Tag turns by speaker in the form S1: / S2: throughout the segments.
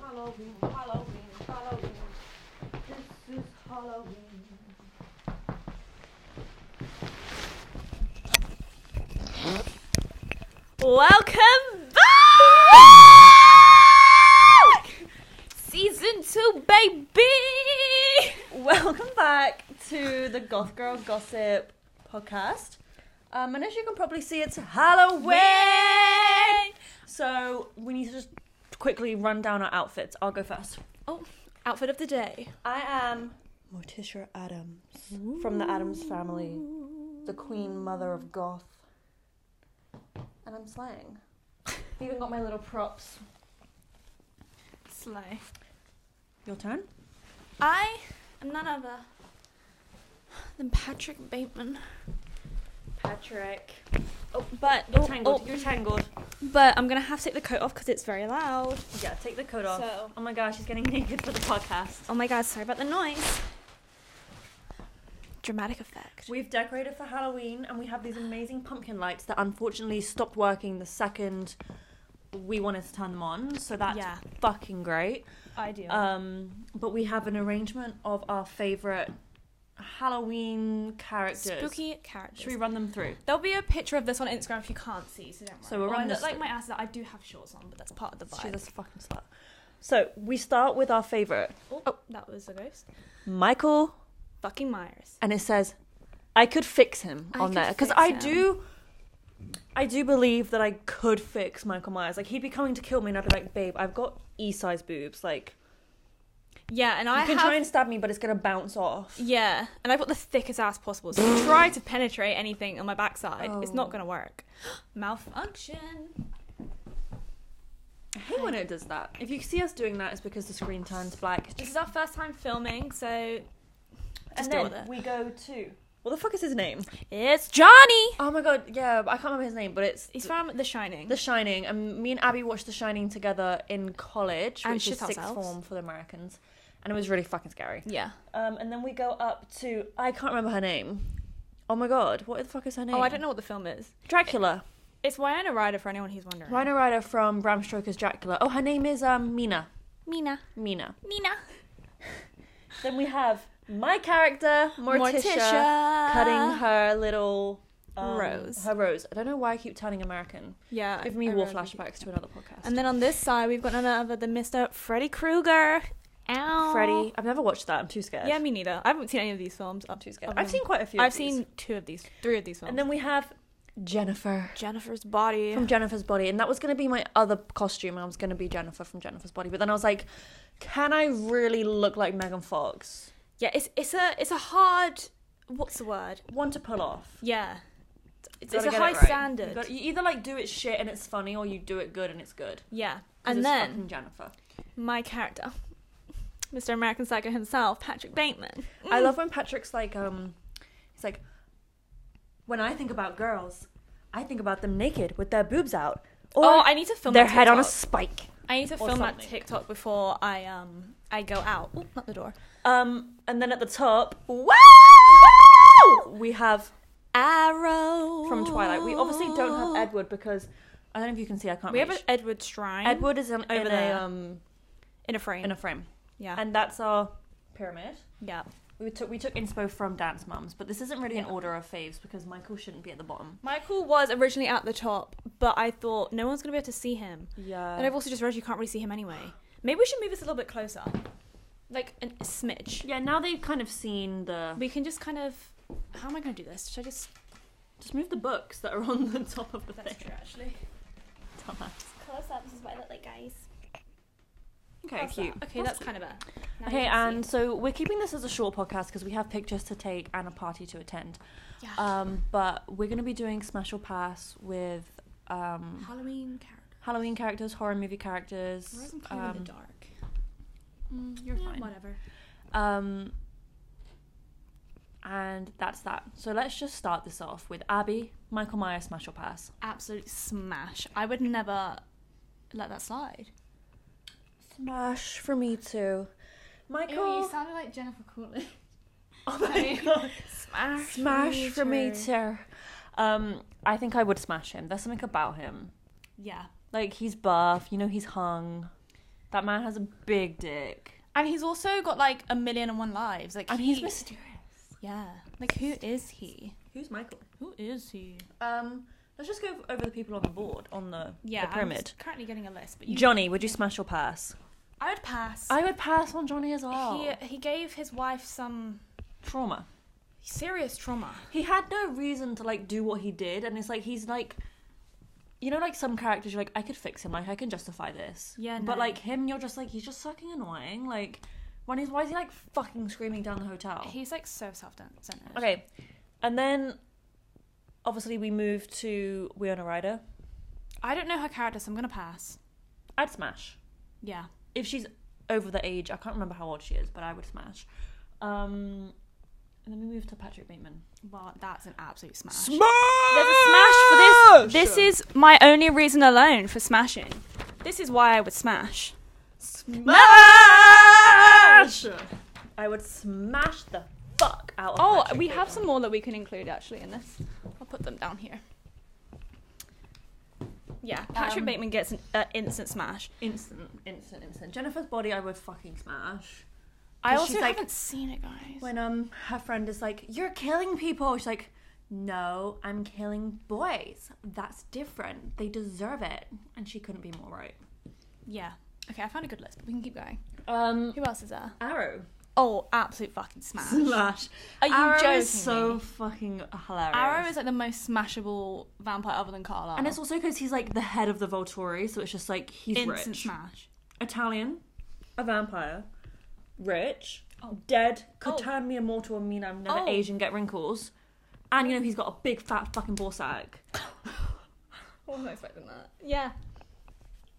S1: Halloween, Halloween, Halloween. This is Halloween.
S2: Welcome back! Season 2, baby!
S1: Welcome back to the Goth Girl Gossip podcast. Um, and as you can probably see, it's Halloween! So we need to just quickly run down our outfits. I'll go first.
S2: Outfit of the day.
S1: I am Morticia Adams from the Adams family, the queen mother of goth. And I'm slaying. Even got my little props.
S2: Slay.
S1: Your turn?
S2: I am none other than Patrick Bateman.
S1: Patrick.
S2: Oh, but
S1: Uh, You're tangled. You're tangled.
S2: but I'm gonna have to take the coat off because it's very loud.
S1: Yeah, take the coat off.
S2: So-
S1: oh my gosh, she's getting naked for the podcast.
S2: Oh my god, sorry about the noise. Dramatic effect.
S1: We've decorated for Halloween and we have these amazing pumpkin lights that unfortunately stopped working the second we wanted to turn them on. So that's
S2: Yeah. Uh,
S1: fucking great.
S2: Ideal.
S1: Um, but we have an arrangement of our favorite Halloween characters.
S2: Spooky
S1: Should we
S2: characters.
S1: run them through?
S2: There'll be a picture of this on Instagram if you can't see, so don't worry.
S1: So we're
S2: Or I
S1: on
S2: look
S1: this-
S2: like my ass. I do have shorts on, but that's part of the vibe.
S1: She's a fucking slut. So we start with our favorite,
S2: Oh, that was a ghost.
S1: Michael,
S2: Fucking Myers.
S1: and it says, "I could fix him
S2: I
S1: on
S2: could
S1: there because
S2: fix
S1: I
S2: him.
S1: do." I do believe that I could fix Michael Myers. Like he'd be coming to kill me, and I'd be like, "Babe, I've got E-size boobs. Like
S2: Yeah, and
S1: you
S2: I
S1: can
S2: have.
S1: try and stab me, but it's gonna bounce off."
S2: Yeah, and I've got the thickest ass possible. So if you try to penetrate anything on my backside, it's
S1: Oh.
S2: not gonna work. Malfunction.
S1: I hate when it does that. If you see us doing that, it's because the screen turns black. Just
S2: This is our first time filming, so
S1: and
S2: just
S1: then
S2: deal with it.
S1: we go to what the fuck is his name?
S2: It's Johnny.
S1: Oh my god, yeah, I can't remember his name, but it's
S2: He's from The Shining.
S1: The Shining. And me and Abby watched The Shining together in college,
S2: And
S1: which is
S2: shit
S1: sixth
S2: ourselves.
S1: form for the Americans, and it was really fucking scary.
S2: yeah.
S1: Um, and then we go up to I can't remember her name. Oh my god, what the fuck is her name?
S2: Oh, I don't know what the film is.
S1: Dracula,
S2: It's Winona Ryder for anyone who's wondering.
S1: Rhino Rider from Bram Stoker's Dracula. Oh, her name is um Mina.
S2: Mina.
S1: Mina.
S2: Mina.
S1: Then we have my character Morticia,
S2: Morticia.
S1: cutting her little. um,
S2: Rose.
S1: Her rose. I don't know why I keep turning American.
S2: Yeah.
S1: Give me
S2: I
S1: war
S2: really-
S1: flashbacks to another podcast.
S2: And then on this side, we've got none other than Mr. Freddy Krueger. Ow.
S1: Freddy. I've never watched that. I'm too scared.
S2: Yeah, me neither. I haven't seen any of these films. I'm
S1: too scared. I've seen quite a few. of
S2: I've
S1: these.
S2: seen two of these, three of these films.
S1: And then we have Jennifer
S2: Jennifer's body.
S1: from Jennifer's Body, and that was going to be my other costume. I was going to be Jennifer from Jennifer's Body, but then I was like, can I really look like Megan Fox?
S2: Yeah, it's it's a it's a hard. What's the word?
S1: One to pull off.
S2: Yeah, it's,
S1: Gotta
S2: it's a
S1: get it
S2: high
S1: right.
S2: standard.
S1: You, gotta- you either like do it shit and it's funny, or you do it good and it's good. 'Cause
S2: yeah, and
S1: it's
S2: then
S1: fucking Jennifer.
S2: my character, Mr. American Psycho himself, Patrick Bateman.
S1: I love when Patrick's like, um, he's like, when I think about girls, I think about them naked with their boobs out or
S2: oh, I need to film
S1: their
S2: that
S1: head on a
S2: TikTok.
S1: spike.
S2: I need to
S1: or
S2: film that
S1: something.
S2: TikTok before I um I go out. Oop, not the door.
S1: Um, and then at the top,
S2: Wow!
S1: we have
S2: Arrow
S1: from Twilight. We obviously don't have Edward because I don't know if you can see. I can't.
S2: We have an
S1: reach.
S2: Edward Shrine
S1: Edward is in,
S2: over
S1: in a
S2: there.
S1: um
S2: in a frame.
S1: in a frame,
S2: yeah,
S1: and that's our pyramid.
S2: yeah.
S1: We took we took inspo from Dance Mums, but this isn't really an
S2: Yeah.
S1: order of faves because Michael shouldn't be at the bottom.
S2: Michael was originally at the top, but I thought no one's gonna be able to see him.
S1: Yeah,
S2: And I've also just realized you can't really see him anyway. Maybe we should move this a little bit closer. Like an, a smidge.
S1: yeah. Now they've kind of seen the.
S2: We can just kind of. How am I going to do this? Should I just.
S1: Just move the books that are on the top of the thing.
S2: actually.
S1: Dumbass.
S2: Close up, this is what I look like, guys.
S1: Okay, cute.
S2: Okay, that's, kind of better. Now you
S1: Okay,
S2: can see.
S1: and so we're keeping this as a short podcast because we have pictures to take and a party to attend.
S2: Yeah.
S1: Um, but we're going to be doing Smash or Pass with um,
S2: Halloween character.
S1: Halloween characters, horror movie characters.
S2: Where's in
S1: um,
S2: the dark?
S1: mm, you're
S2: Yeah,
S1: fine.
S2: Whatever.
S1: Um, and that's that. So let's just start this off with Abby, Michael Myers, Smash or Pass.
S2: Absolute smash. I would never let that slide.
S1: Smash for me too.
S3: you sounded like Jennifer Coolidge.
S1: Oh
S3: my
S1: god.
S2: Smash.
S1: Smash for me too. Um, I think I would smash him. There's something about him.
S2: Yeah.
S1: Like he's buff, you know he's hung. That man has a big dick.
S2: And he's also got like a million and one lives. Like
S1: And
S2: he,
S1: he's mysterious.
S2: yeah. Like who is he?
S1: Who's Michael?
S2: Who is he?
S1: Um, let's just go over the people on the board on the,
S2: Yeah,
S1: the
S2: I'm
S1: pyramid.
S2: s- currently getting a list, but you,
S1: Johnny, would you smash or pass?
S2: I would pass.
S1: I would pass on Johnny as well.
S2: He he gave his wife some
S1: Trauma.
S2: serious trauma.
S1: He had no reason to like do what he did, and it's like he's like, you know, like some characters you're like, I could fix him, like I can justify this.
S2: Yeah,
S1: But
S2: no.
S1: like him, you're just like he's just fucking annoying. Like when he's why is he like fucking screaming down the hotel?
S2: He's like so self-centered.
S1: Okay, and then obviously we move to Winona Ryder.
S2: I don't know her character, so I'm gonna pass.
S1: I'd smash
S2: Yeah.
S1: if she's over the age. I can't remember how old she is, but I would smash. Um, and then we move to Patrick Bateman.
S2: Well, that's an absolute smash.
S1: Smash!
S2: There's a smash for this. This is my only reason alone for smashing. This is why I would smash.
S1: Smash! I would smash the fuck out of
S2: Oh,
S1: Patrick
S2: we have
S1: Bateman.
S2: some more that we can include actually in this. I'll put them down here. Yeah, Patrick
S1: Um,
S2: Bateman gets an uh, instant smash.
S1: instant, instant, instant. Jennifer's body, I would fucking smash.
S2: I
S1: 'Cause
S2: also
S1: she's like-
S2: haven't seen it, guys.
S1: When um her friend is like, "You're killing people," she's like, "No, I'm killing boys. That's different. They deserve it." And she couldn't be more right.
S2: yeah. Okay, I found a good list, but we can keep going.
S1: Um,
S2: Who else is there?
S1: Arrow
S2: Oh, absolute fucking smash.
S1: smash.
S2: Are you
S1: Arrow
S2: joking?
S1: is so
S2: me?
S1: fucking hilarious.
S2: Arrow is like the most smashable vampire other than Carla.
S1: and it's also because he's like the head of the Volturi, so it's just like he's
S2: instant
S1: rich.
S2: smash.
S1: Italian, a vampire, rich,
S2: Oh.
S1: dead, could
S2: Oh.
S1: turn me immortal and mean I'm never
S2: Oh.
S1: Asian, get wrinkles. And you know he's got a big fat fucking ball sack.
S2: Wasn't expecting that. Yeah.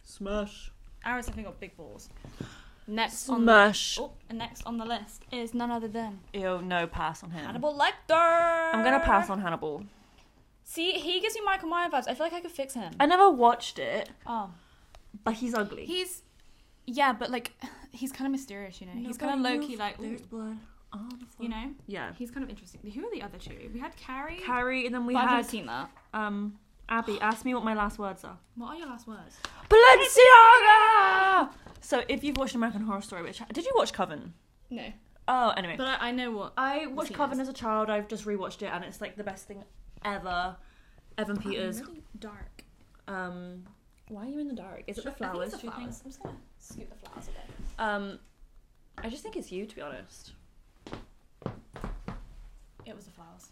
S1: Smash.
S2: Arrow's definitely got big balls. Next on the
S1: Smash.
S2: oh, and next on the list is none other than
S1: Ew, no pass on him.
S2: Hannibal Lecter.
S1: I'm gonna pass on Hannibal.
S2: See, he gives me Michael Myers vibes. I feel like I could fix him.
S1: I never watched it,
S2: oh,
S1: but he's ugly.
S2: he's yeah, but like he's kind of mysterious, you know. he's kind of
S1: Nobody
S2: low key,
S1: knows
S2: like ooh,
S1: there's blood on the floor.
S2: you know.
S1: Yeah.
S2: He's kind of interesting. Who are the other two? We had Carrie.
S1: Carrie, and then we
S2: but I've
S1: had
S2: never seen that.
S1: um Abby. Ask me what my last words are.
S2: What are your last words?
S1: Balenciaga. So if you've watched American Horror Story, which did you watch Coven?
S2: No,
S1: Oh, anyway.
S2: but I, I know what.
S1: I watched
S2: seen
S1: Coven
S2: it.
S1: as a child. I've just rewatched it, and it's like the best thing ever. Evan Peters.
S2: Really dark.
S1: Um, why are you in the dark? Is it the flowers?
S2: I
S1: do you think?
S2: I'm just gonna scoop the flowers a bit.
S1: Um, I just think it's you, to be honest.
S2: It was the flowers.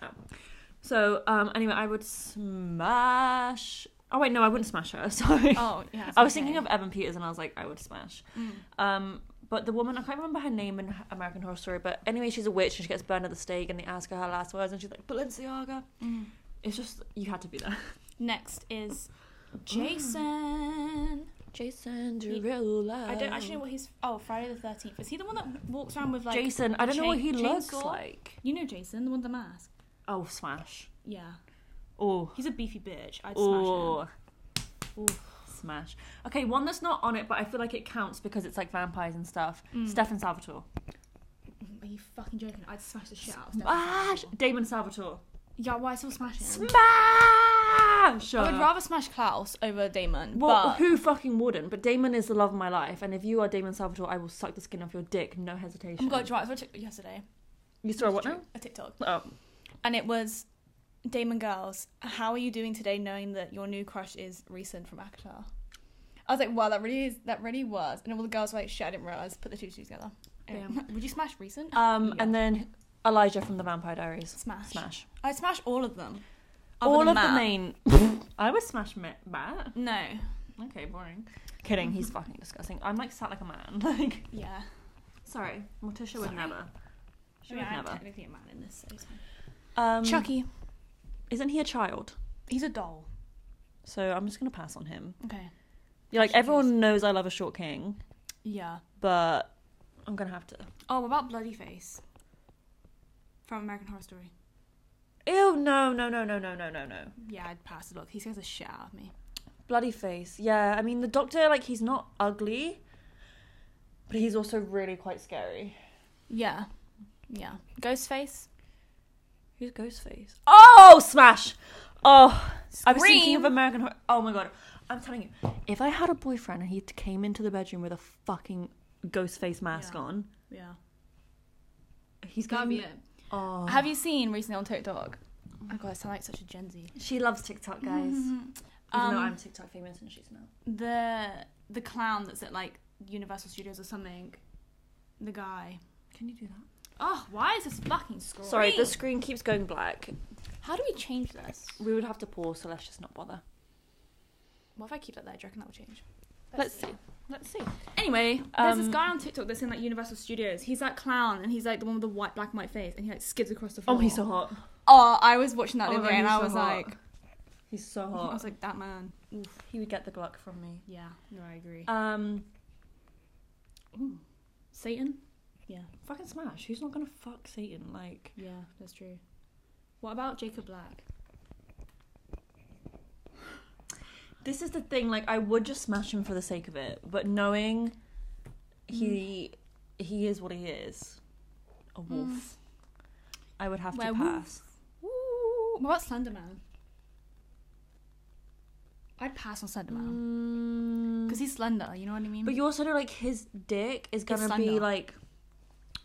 S1: So um, anyway, I would smash. Oh wait, no, I wouldn't smash her. Sorry.
S2: Oh yeah.
S1: I was thinking of Evan Peters, and I was like, I would smash.
S2: Mm.
S1: Um, but the woman, I can't remember her name in H- American Horror Story, but anyway, she's a witch and she gets burned at the stake, and they ask her her last words, and she's like, Balenciaga.
S2: Mm.
S1: It's just, you had to be there.
S2: Next is Jason.
S1: Jason
S2: He-
S1: Derulo.
S2: I don't actually know what he's. Oh, Friday the Thirteenth. Is he the one that walks around with like?
S1: Jason, I don't know what he
S2: chain-
S1: looks
S2: chainsaw?
S1: like.
S2: You know Jason, the one with the mask.
S1: Oh, smash.
S2: Yeah,
S1: Oh.
S2: he's a beefy bitch. I'd
S1: Oh.
S2: Ooh.
S1: Smash. Okay, one that's not on it, but I feel like it counts because it's like vampires and stuff.
S2: Mm.
S1: Stefan Salvatore.
S2: smash him. Are you fucking joking? I'd smash the shit out of
S1: Smash!
S2: Stefan.
S1: Ah, Damon Salvatore.
S2: Yeah, why still smash him?
S1: Smash!
S2: I would rather smash Klaus over Damon,
S1: Well,
S2: but
S1: who fucking wouldn't? But Damon is the love of my life, and if you are Damon Salvatore, I will suck the skin off your dick, no hesitation.
S2: I'm going to I saw a TikTok yesterday.
S1: You saw what now?
S2: A TikTok,
S1: Oh,
S2: and it was Damon girls. How are you doing today, knowing that your new crush is recent from Avatar? I was like, wow, that really is that really was. And all the girls were like, shit, I didn't realize. Put the two two together. Anyway, would you smash recent?
S1: Um,
S2: Oh. Yeah.
S1: and then Elijah from the Vampire Diaries.
S2: Smash.
S1: Smash.
S2: I smash all of them.
S1: All
S2: Other
S1: of
S2: than
S1: the
S2: Matt.
S1: main. I would smash Ma- Matt.
S2: No.
S1: Okay, boring. Kidding. He's fucking disgusting. I'm like sat like a man. Like,
S2: Yeah.
S1: sorry, Morticia would
S2: Sorry.
S1: never.
S2: I
S1: She
S2: mean,
S1: would
S2: I'm
S1: never.
S2: technically a man in this. So it's fine.
S1: Um,
S2: Chucky.
S1: isn't he a child?
S2: He's a doll.
S1: So I'm just gonna pass on him.
S2: Okay.
S1: You're like
S2: Short
S1: everyone knows I love a short king,
S2: Yeah.
S1: but I'm gonna have to.
S2: Oh, what about Bloody Face? From American Horror Story.
S1: Ew! No! No! No! No! No! No! No! No!
S2: Yeah, I'd pass the look. He scares the shit out of me.
S1: Bloody face. Yeah. I mean, the doctor like he's not ugly, but he's also really quite scary.
S2: Yeah. Yeah. Ghostface.
S1: Who's Ghostface? Oh, smash! Oh, I was thinking of
S2: Scream.
S1: American Horror. Oh my god, I'm telling you, if I had a boyfriend and he t- came into the bedroom with a fucking ghost face mask
S3: Yeah.
S1: on,
S3: Yeah.
S1: he's
S3: That'd
S1: gonna
S3: be it.
S1: Oh,
S2: Have you seen recently on TikTok? Oh god, I sound like such a Gen Z.
S1: She loves TikTok, guys. Even
S2: Um,
S1: though I'm TikTok famous and she's not.
S2: the the clown that's at like Universal Studios or something. The guy.
S1: Can you do that?
S2: Oh, why is this fucking screen?
S1: Sorry, the screen keeps going black.
S2: How do we change this?
S1: We would have to pause, so let's just not bother.
S2: What if I keep that there? Do you reckon that will change?
S1: Let's see. Let's see.
S2: Anyway, there's
S1: um,
S2: this guy on TikTok that's in like Universal Studios. He's that clown, and he's like the one with the white, black, and white face, and he like skids across the floor.
S1: Oh, he's so hot.
S2: Oh, I was watching that
S1: Oh
S2: the
S1: my
S2: other
S1: God,
S2: day, and
S1: he's
S2: I
S1: so
S2: was
S1: hot.
S2: like,
S1: He's so hot.
S2: I was like, that man. Uh,
S1: he would get the gluck from me.
S2: Yeah, no, I agree.
S1: Um,
S2: Satan. Yeah,
S1: fucking smash. Who's not gonna fuck Satan? Like,
S2: yeah, that's true. What about Jacob Black?
S1: this is the thing. Like, I would just smash him for the sake of it, but knowing he he is what he is, a wolf, I would have to
S2: Werewolf.
S1: pass.
S2: Ooh, what about Slenderman? I'd pass on Slenderman because he's slender. You know what I mean?
S1: Mm. But you also know, like, his dick is gonna be
S2: slender.
S1: like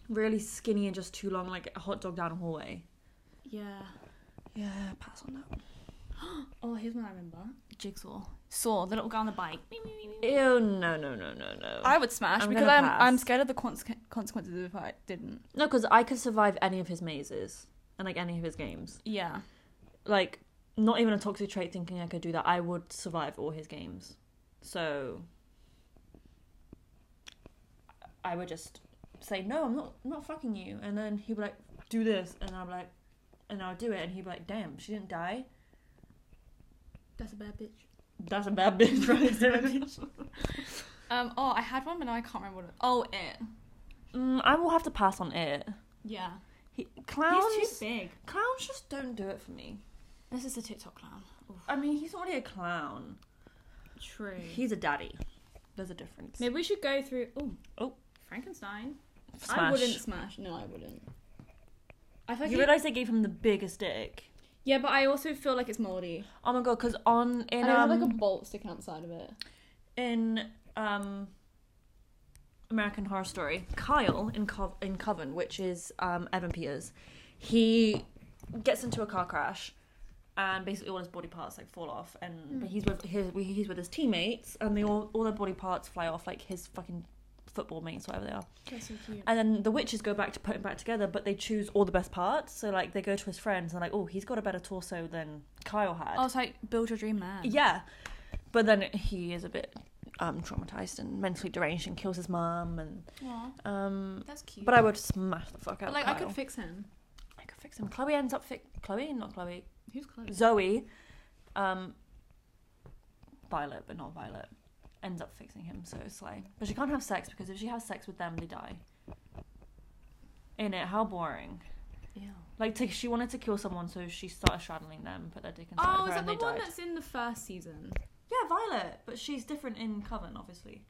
S1: really skinny and just too long, like a hot dog down a hallway.
S2: yeah.
S1: Yeah, pass on that.
S2: Oh, here's one I remember. Jigsaw. Saw the little guy on the bike.
S1: Ew, no, no, no, no, no.
S2: I would smash
S1: I'm
S2: because
S1: gonna
S2: I'm
S1: pass.
S2: I'm scared of the cons- consequences if I didn't.
S1: No, because I could survive any of his mazes and like any of his games.
S2: Yeah.
S1: Like, not even a toxic trait thinking I could do that. I would survive all his games. So, I would just say, no, I'm not, I'm not fucking you. And then he'd be like, do this. And I'd be like, and I'll do it. And he'd be like, damn, she didn't die.
S2: That's a bad bitch.
S1: That's a bad bitch right there.
S2: Um. Oh, I had one, but now I can't remember what. It Oh, it.
S1: mm, I will have to pass on it.
S2: Yeah.
S1: He, clowns,
S2: He's too big.
S1: clowns just don't do it for me.
S2: This is a TikTok clown.
S1: I mean, he's already a clown.
S2: True.
S1: He's a daddy. There's a difference.
S2: Maybe we should go through. Oh.
S1: Oh.
S2: Frankenstein.
S1: Smash.
S2: I wouldn't smash. No, I wouldn't. I feel like
S1: You
S2: it-
S1: realize they gave him the biggest dick.
S2: yeah, but I also feel like it's moldy.
S1: Oh my god! Because on in
S2: and it
S1: um,
S2: had like a bolt sticking outside of it.
S1: in um American Horror Story, Kyle in Co- in Coven, which is um Evan Peters, he gets into a car crash. And basically, all his body parts like fall off,
S2: Hmm.
S1: and but he's with his he's with his teammates, and they all all their body parts fly off like his fucking football mates, whatever they are.
S2: That's so cute.
S1: And then the witches go back to put him back together, but they choose all the best parts. So like they go to his friends and like, oh, he's got a better torso than Kyle had.
S2: Oh, it's like build your dream man.
S1: Yeah, but then he is a bit um, traumatized and mentally deranged and kills his mom and
S2: Aw,
S1: um.
S2: that's cute.
S1: But I would smash the fuck out.
S2: But,
S1: of
S2: like I
S1: Kyle.
S2: could fix him.
S1: I could fix him. Chloe ends up fix Chloe, not Chloe.
S2: Who's close?
S1: Zoe, um, Violet, but not Violet, ends up fixing him. So it's like, but she can't have sex because if she has sex with them, they die. In it, how boring.
S2: Yeah.
S1: Like to, she wanted to kill someone, so she started straddling them, put their dick inside her,
S2: Oh, is that
S1: and
S2: the
S1: they
S2: one
S1: died.
S2: that's in the first season?
S1: Yeah, Violet, but she's different in Coven, obviously.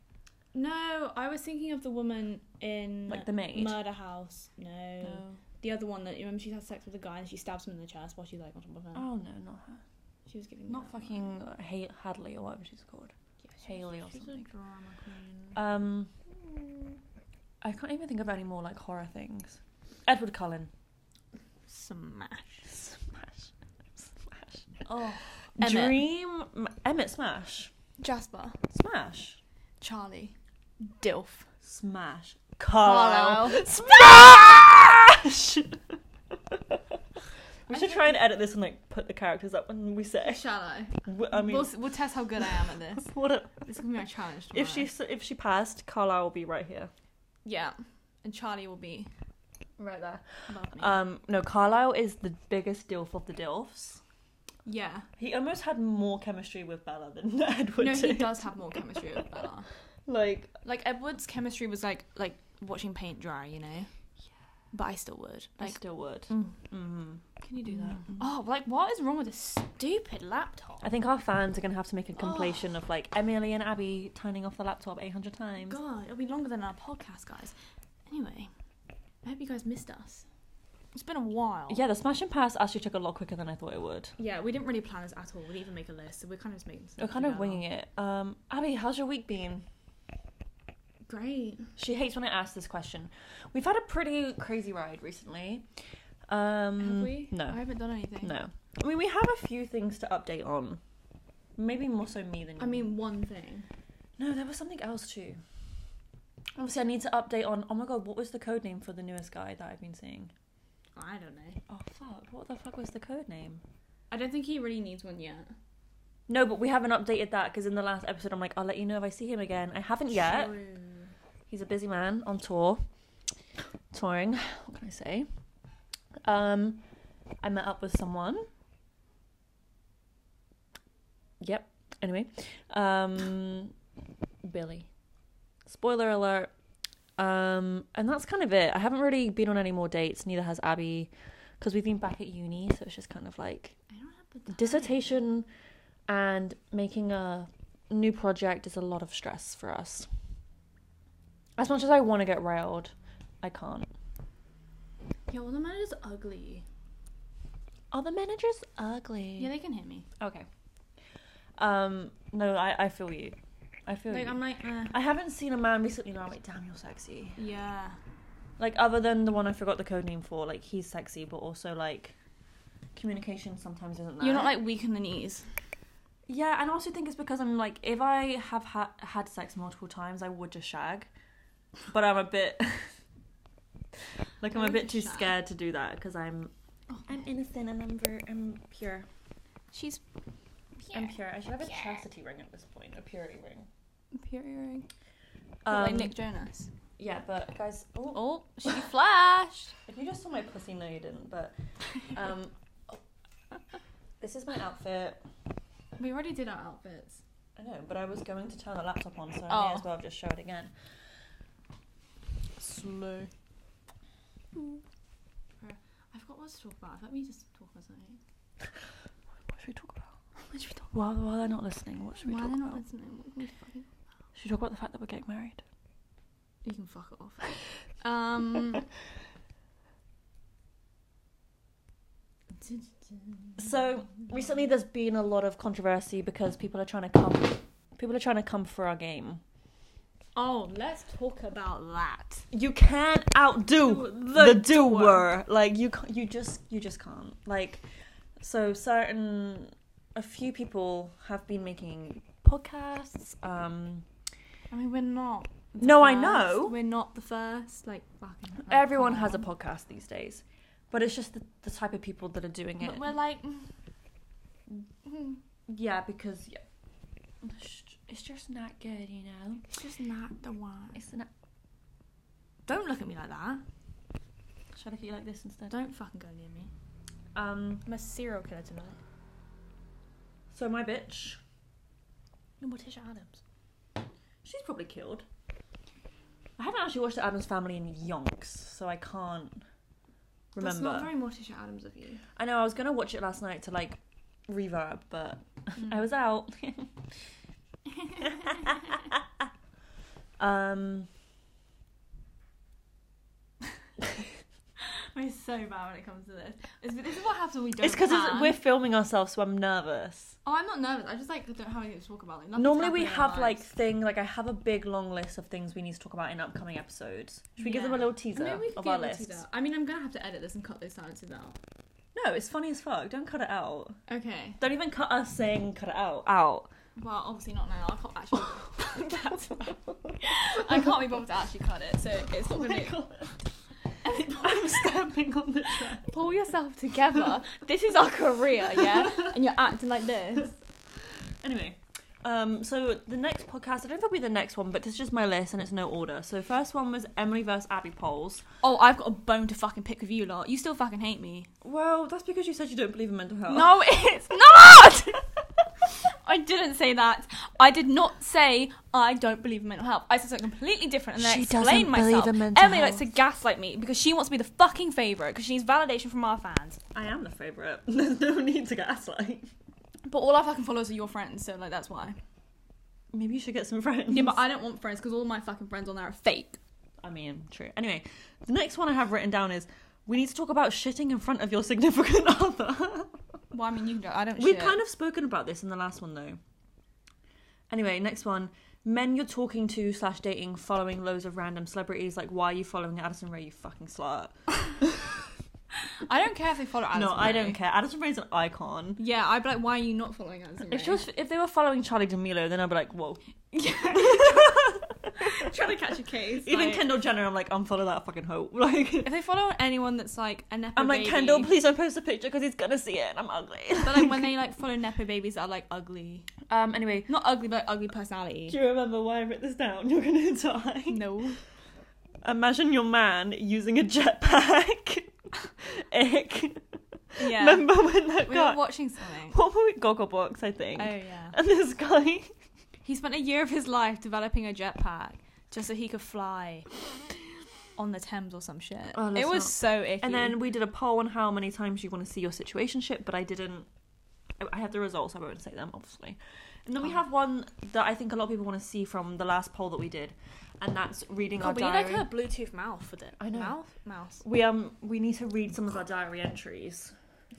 S2: No, I was thinking of the woman in
S1: Like the maid.
S2: Murder House. No. the other one that you remember she has sex with a guy and she stabs him in the chest while she's like on top of him.
S1: Oh no, not her.
S2: She was giving me
S1: Not
S2: that
S1: fucking ha- Hadley or whatever she's called.
S2: Yeah, she's-
S1: Haley or
S2: she's
S1: something.
S2: a drama queen.
S1: Um, I can't even think of any more like horror things. Edward Cullen.
S2: Smash.
S1: Smash. Smash.
S2: Oh,
S1: Emmett.
S2: Emmett.
S1: Dream. Emmett Smash.
S2: Jasper,
S1: Smash.
S2: Charlie, Dilf,
S1: Smash. Carl. Smash! we should try and edit this and like put the characters up when we say.
S3: Shallow.
S1: W- I mean,
S2: we'll, s- we'll test how good I am at this.
S1: what a,
S2: This is gonna be my challenge. Tomorrow.
S1: if she s- if she passed, Carlisle will be right here.
S2: yeah, and Charlie will be
S1: Right there.
S2: above me.
S1: Um, no, Carlisle is the biggest dilf of the dilfs.
S2: yeah,
S1: He almost had more chemistry with Bella than Edward
S2: no, he
S1: did.
S2: does have more chemistry with Bella.
S1: Like,
S2: Like Edward's chemistry was like like watching paint dry, you know. Yeah. But I still would.
S1: I
S2: Like,
S1: still would.
S2: Mm.
S1: Mm-hmm.
S2: can you do that? Oh, like what is wrong with this stupid laptop?
S1: I think our fans are gonna have to make a compilation of like Emily and Abby turning off the laptop 800 times.
S2: God, it'll be longer than our podcast, guys. Anyway, I hope you guys missed us. It's been a while.
S1: Yeah, the smash and pass actually took a lot quicker than I thought it would.
S4: Yeah, we didn't really plan this at all. We didn't even make a list, so we're kind of just making.
S1: We're kind of winging it. Um, Abby, how's your week been?
S4: Great.
S1: She hates when I ask this question. We've had a pretty crazy ride recently. Um,
S2: Have we?
S1: No.
S2: I haven't done anything.
S1: No. I mean, we have a few things to update on. Maybe more so me than you.
S4: I mean, one thing.
S1: no, there was something else too. Obviously, I need to update on. Oh my god, what was the code name for the newest guy that I've been seeing?
S4: I don't know.
S1: Oh fuck, what the fuck was the code name?
S4: I don't think he really needs one yet.
S1: No, but we haven't updated that because in the last episode, I'm like, I'll let you know if I see him again. I haven't yet.
S4: True.
S1: He's a busy man on tour, touring. What can I say? Um, I met up with someone. Yep. Anyway, um, Billy. Spoiler alert. Um, and that's kind of it. I haven't really been on any more dates. Neither has Abby, because we've been back at uni, so it's just kind of like
S4: I don't have the time.
S1: dissertation and making a new project is a lot of stress for us. As much as I want to get railed, I can't.
S4: Yeah, well, the manager's ugly.
S1: Are the managers ugly?
S4: Yeah, they can hear me.
S1: okay. Um, no, I, I feel you. I feel
S4: Like
S1: you.
S4: I'm like, uh,
S1: I haven't seen a man recently where I'm like, damn, you're sexy.
S4: yeah.
S1: Like, other than the one I forgot the code name for, like, he's sexy, but also, like, communication sometimes isn't there.
S2: You're not like weak in the knees.
S1: Yeah, and I also think it's because I'm like, if I have ha- had sex multiple times, I would just shag. But I'm a bit, like, I'm a bit too scared to do that because I'm, Oh, I'm innocent and I'm very, I'm pure.
S2: She's
S1: I'm pure. I should have a chastity ring at this point, a purity ring.
S2: imperial.
S1: Um,
S2: like Nick Jonas.
S1: Yeah, but guys, oh,
S2: Oh, she flashed.
S1: if you just saw my pussy, no, you didn't. But, um, this is my outfit.
S4: We already did our outfits.
S1: I know, but I was going to turn the laptop on, so I may
S2: Oh.
S1: as well just show it again.
S2: Slow.
S4: I forgot what to talk about. Let me just talk about something.
S1: What should we talk about? What should we talk while, while they're not listening, what should we
S4: Why
S1: talk
S4: they're not
S1: about?
S4: listening? What can we fucking...
S1: Should we talk about the fact that we're getting married?
S4: You can fuck it off. Um.
S1: Mm-hmm. So recently, there's been a lot of controversy because people are trying to come, people are trying to come for our game.
S4: oh, let's talk about that.
S1: You can't outdo the,
S4: The
S1: doer. Like you, ca- you just, you just can't. Like, so certain, a few people have been making podcasts. Um,
S2: I mean, we're not. the
S1: No, I
S2: first.
S1: know.
S2: We're not the first. Like,
S4: Fucking hell.
S1: everyone has a podcast these days, but it's just the, the type of people that are doing it.
S2: but we're like. mm, mm,
S1: Yeah, because yeah, it's ju- it's just not good, you know.
S2: It's just not the one.
S1: It's not.
S4: Don't look at me like that.
S1: Should I look at you like this instead?
S4: Don't fucking go near me.
S1: Um.
S4: I'm a serial killer tonight.
S1: So my bitch,
S4: No more Tisha Adams.
S1: she's probably killed. I haven't actually watched the Adams Family in yonks, so I can't remember.
S4: That's not very more Tisha Adams of you.
S1: I know I was gonna watch it last night to like reverb, but
S4: Mm.
S1: I was out. um.
S4: We're so bad when it comes to this. This, this is what happens when we don't.
S1: It's because
S4: plan.
S1: we're filming ourselves, so I'm nervous.
S4: Oh, I'm not nervous. I just like don't have anything to talk about. Like, nothing's
S1: Normally we
S4: happening in our
S1: have like
S4: lives.
S1: thing like I have a big long list of things we need to talk about in upcoming episodes. Should we give them a
S4: Yeah.
S1: little teaser
S4: I mean, we could
S1: uh, of
S4: be
S1: our
S4: able to do
S1: list?
S4: that. I mean, I'm gonna have to edit this and cut those silences out.
S1: No, it's funny as fuck. Don't cut it out.
S4: Okay.
S1: Don't even cut us saying cut it out. Out.
S4: Well, obviously not now. I can't actually. That's I can't be bothered to actually cut it, so it's not
S1: Oh
S4: gonna.
S2: I'm stamping on the chair. Pull yourself together. this is our career, yeah? And you're acting like this.
S1: Anyway, um, so the next podcast I don't know if it'll be the next one, but this is just my list and it's no order. So first one was Emily versus Abby polls.
S2: Oh, I've got a bone to fucking pick with you lot. You still fucking hate me.
S1: Well, that's because you said you don't believe in mental health.
S2: No, it's not! I didn't say that. I did not say I don't believe in mental health. I said something completely different and then
S1: She
S2: I
S1: doesn't
S2: explained
S1: believe
S2: myself.
S1: in mental
S2: Emily likes to
S1: health.
S2: gaslight me because she wants to be the fucking favourite because she needs validation from our fans.
S1: I am the favorite. There's no need to gaslight.
S2: But all our fucking followers are your friends, so like that's why.
S1: Maybe you should get some friends.
S4: Yeah, but I don't want friends because all my fucking friends on there are fake.
S1: I mean, true. Anyway, the next one I have written down is We need to talk about shitting in front of your significant other.
S5: Well, I mean, you know, I don't.
S1: We've kind of spoken about this in the last one though. Anyway, next one. Men you're talking to slash dating following loads of random celebrities. Like, why are you following Addison Ray, you fucking slut?
S2: I don't care if they follow Addison.
S1: no, I
S2: Rae.
S1: don't care. Addison Ray's an icon.
S2: Yeah, I'd be like, why are you not following Addison?
S1: If she was, if they were following Charlie D'Amelio, then I'd be like, whoa.
S2: trying to catch a case,
S1: Even
S2: like-
S1: Kendall Jenner, I'm like, unfollow that fucking hoe. Like,
S2: if they follow anyone that's like a nepo,
S1: I'm like,
S2: baby,
S1: Kendall, please don't post a picture because he's gonna see it and I'm ugly.
S2: But like when they like follow nepo babies that are like ugly,
S1: Um. Anyway,
S2: not ugly but like, ugly personality.
S1: do you remember why I wrote this down? You're gonna die.
S2: No,
S1: Imagine your man using a jetpack. Ick.
S2: yeah,
S1: Remember when that
S2: we
S1: guy?
S2: were watching something.
S1: What were we? Gogglebox, I think.
S2: Oh yeah,
S1: And this guy,
S2: he spent a year of his life developing a jetpack just so he could fly on the Thames or some shit.
S1: Oh, let's
S2: it was
S1: not-
S2: so icky.
S1: and then we did a poll on how many times you want to see your situation ship, but I didn't. I- I have the results. I won't say them, obviously. And then we
S2: Oh.
S1: have one that I think a lot of people want to see from the last poll that we did, and that's reading
S2: God,
S1: our
S2: we
S1: diary.
S2: need like a Bluetooth mouth for that.
S1: I know.
S2: Mouth, mouse.
S1: We um we need to read some of our diary entries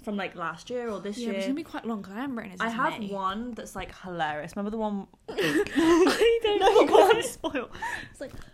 S1: from like last year or this
S2: Yeah, but it's
S1: year.
S2: gonna be quite long because I haven't written it.
S1: I
S2: since
S1: have
S2: May.
S1: one that's like hilarious. Remember the one? I don't know. can't spoil.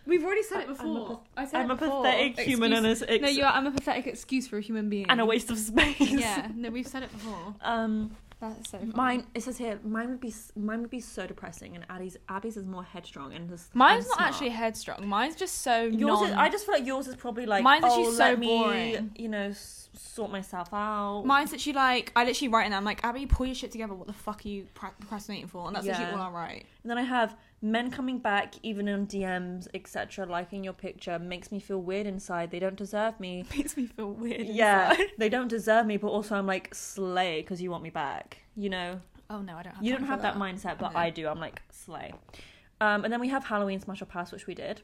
S2: We've already said
S1: it before.
S2: I
S1: I'm a pathetic human and a, s-
S2: No, you are. I'm a pathetic excuse for a human being.
S1: and a waste of space.
S2: Yeah, no, we've said it before.
S1: Um,
S5: That's so.
S1: mine. It says here, mine would be s- mine would be so depressing, and Abby's Abby's is more headstrong and just.
S2: Mine's
S1: and
S2: not
S1: smart.
S2: actually headstrong. Mine's just so
S1: Yours
S2: non.
S1: is, I just feel like yours is probably like
S2: Mine's
S1: oh,
S2: actually so
S1: let me,
S2: boring.
S1: You know, s- sort myself out.
S2: Mine's actually like I literally write and I'm like Abby, pull your shit together. What the fuck are you pra- procrastinating for? And that's
S1: Yeah.
S2: literally all I write.
S1: And then I have men coming back, even on DMs, etc., liking your picture makes me feel weird inside. They don't deserve me.
S2: Makes me feel weird.
S1: Yeah,
S2: inside.
S1: they don't deserve me, but also I'm like slay because you want me back. You know,
S2: Oh no, I don't. have
S1: you
S2: time
S1: don't
S2: for
S1: have that mindset, but
S2: No.
S1: I do. I'm like slay. Um, and then we have Halloween smash or pass, which we did.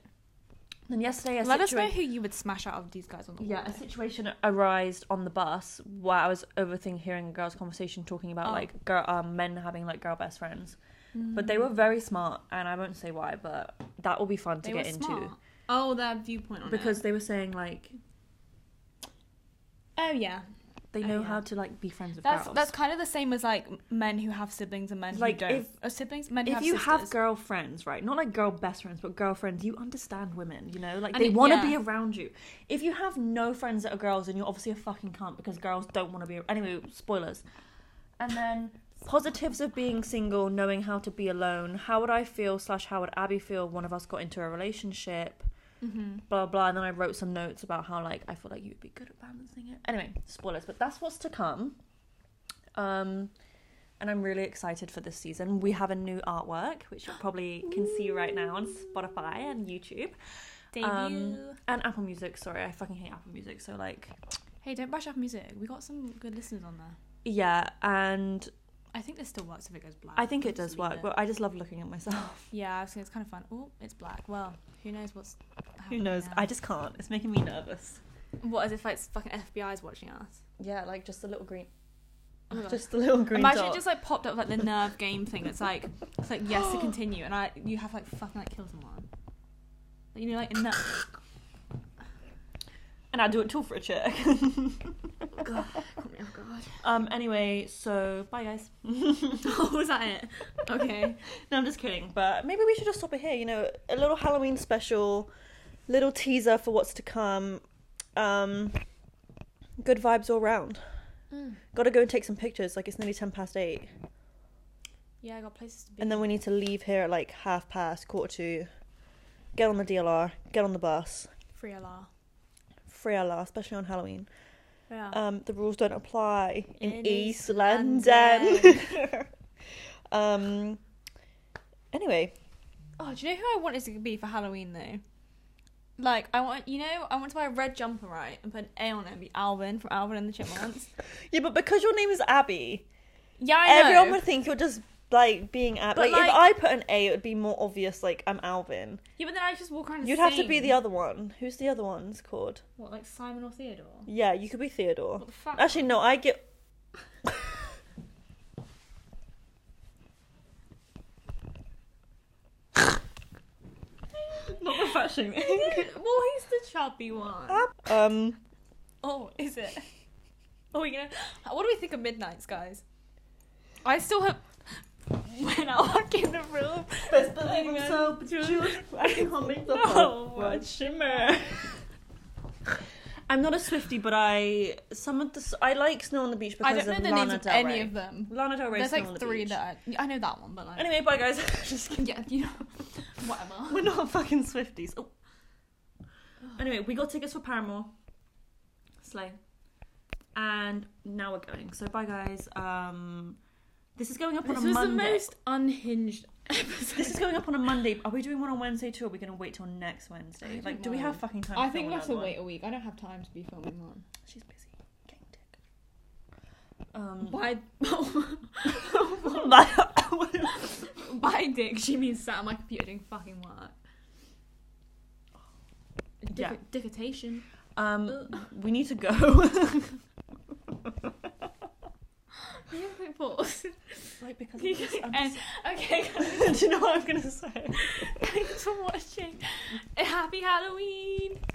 S1: Then yesterday, a
S2: Let us know
S1: situa-
S2: who you would smash out of these guys on the
S1: yeah, a
S2: wall.
S1: situation arised on the bus where I was overthinking hearing a girl's conversation talking about
S2: Oh.
S1: like girl, um, men having like girl best friends. But
S2: Mm.
S1: they were very smart, and I won't say why, but that will be fun to
S2: They were
S1: get into
S2: smart. Oh, their viewpoint on it.
S1: because they were saying like
S2: oh yeah,
S1: they
S2: Oh,
S1: know
S2: yeah.
S1: how to like be friends with
S2: That's
S1: girls.
S2: that's kind of the same as like men who have siblings and men
S1: Like,
S2: who don't.
S1: if-
S2: Uh, siblings, men who
S1: if
S2: have
S1: you have
S2: sisters.
S1: girlfriends, right? Not like girl best friends, but girlfriends, you understand women, you know? Like
S2: And
S1: they
S2: it-
S1: want to
S2: yeah.
S1: be around you. If you have no friends that are girls, then you're obviously a fucking cunt because girls don't want to be. Anyway, spoilers. And then positives of being single, knowing how to be alone. How would I feel? Slash, how would Abby feel? if One of us got into a relationship.
S2: Mhm.
S1: Blah blah. And then I wrote some notes about how like I feel like you'd be good at balancing it. Anyway, spoilers. But that's what's to come. Um, and I'm really excited for this season. We have a new artwork, which you probably can see right now on Spotify and YouTube um,
S2: Debut.
S1: and Apple Music. Sorry, I fucking hate Apple Music. So like,
S2: hey, don't brush off music. We got some good listeners on there.
S1: yeah, and
S2: I think this still works if it goes black.
S1: I think it
S2: Just
S1: does
S2: leave
S1: work. But I just love looking at myself.
S2: yeah, I was thinking it's kind of fun. Oh, it's black. Well, who knows what's
S1: Who
S2: happening
S1: knows?
S2: now.
S1: I just can't. It's making me nervous.
S2: what as if like fucking FBI's watching us.
S1: Yeah, like just a little green,
S2: Oh my God.
S1: just a little green.
S2: Imagine it
S1: dot.
S2: just like popped up like the nerve game thing. That's like it's like yes to continue, and I you have like fucking like kill someone. Like, you know, like no.
S1: and I do it too for a check.
S2: God, caught me oh off guard.
S1: um. Anyway, so bye guys.
S2: Oh, was that it? Okay.
S1: No, I'm just kidding. But maybe we should just stop it here. You know, a little Halloween special, little teaser for what's to come. Um, good vibes all round.
S2: Mm.
S1: Got to go and take some pictures. Like it's nearly ten past eight,
S2: Yeah, I got places to be.
S1: and then we need to leave here at like half past quarter to get on the DLR, get on the bus.
S2: free LR.
S1: Free LR, especially on Halloween.
S2: Yeah.
S1: Um, the rules don't apply in,
S2: In
S1: East
S2: East
S1: London.
S2: London.
S1: um. Anyway,
S2: oh, do you know who I wanted to be for Halloween though? Like I want, you know, I want to buy a red jumper right and put an A on it. and Be Alvin from Alvin and the Chipmunks.
S1: yeah, but because your name is Abby,
S2: Yeah, I know.
S1: everyone would think you're just like being Ab.
S2: But,
S1: Like,
S2: like-
S1: if I put an A, it would be more obvious. Like I'm Alvin.
S2: Yeah, but then I just walk around. And
S1: You'd have to be
S2: sing.
S1: the other one. Who's the other one's called?
S2: What, like Simon or Theodore?
S1: Yeah, you could be Theodore.
S2: What the fuck?
S1: Actually, no, I get. Not the fashion.
S2: well, he's the chubby one.
S1: um,
S2: Oh, is it? Oh, you know, what do we think of midnights, guys? I still have. When I walk in the room,
S1: Best believe I'm
S2: Hang
S1: so
S2: on. Oh,
S1: peculiar. I can only the
S2: No,
S1: whole world shimmer. I'm not a Swifty, but I some of the s- I like Snow on the Beach because
S2: I don't know
S1: of
S2: the
S1: Lana
S2: names of
S1: Del
S2: any
S1: Rey.
S2: of them.
S1: Lana Del Rey.
S2: There's
S1: Snow
S2: like
S1: on the
S2: three
S1: beach.
S2: that I, I know that one, but like
S1: Anyway, bye guys. Just kidding.
S2: yeah, you know, whatever.
S1: We're not fucking Swifties. Oh. Anyway, we got tickets for Paramore. Slay. And now we're going. So bye guys. Um, this is going up
S6: This
S1: on a
S6: was the
S1: Monday.
S6: most unhinged
S1: This is going up on a Monday. Are we doing one on Wednesday too? Or are we going to wait till next Wednesday?
S6: don't
S1: Like, do we
S6: know.
S1: have fucking time?
S6: I
S1: to
S6: think
S1: film
S6: we'll have to
S1: another one?
S6: wait a week. I don't have time to be filming one.
S1: She's busy. Getting dick. Um.
S6: By
S2: By dick, she means sat on my computer doing fucking work.
S1: Yeah.
S2: Dictation.
S1: um. We need to go.
S2: Yeah, like, pause.
S1: like because.
S2: And- okay,
S1: do you know what I'm gonna say?
S2: thanks for watching. Happy Halloween.
S6: uh,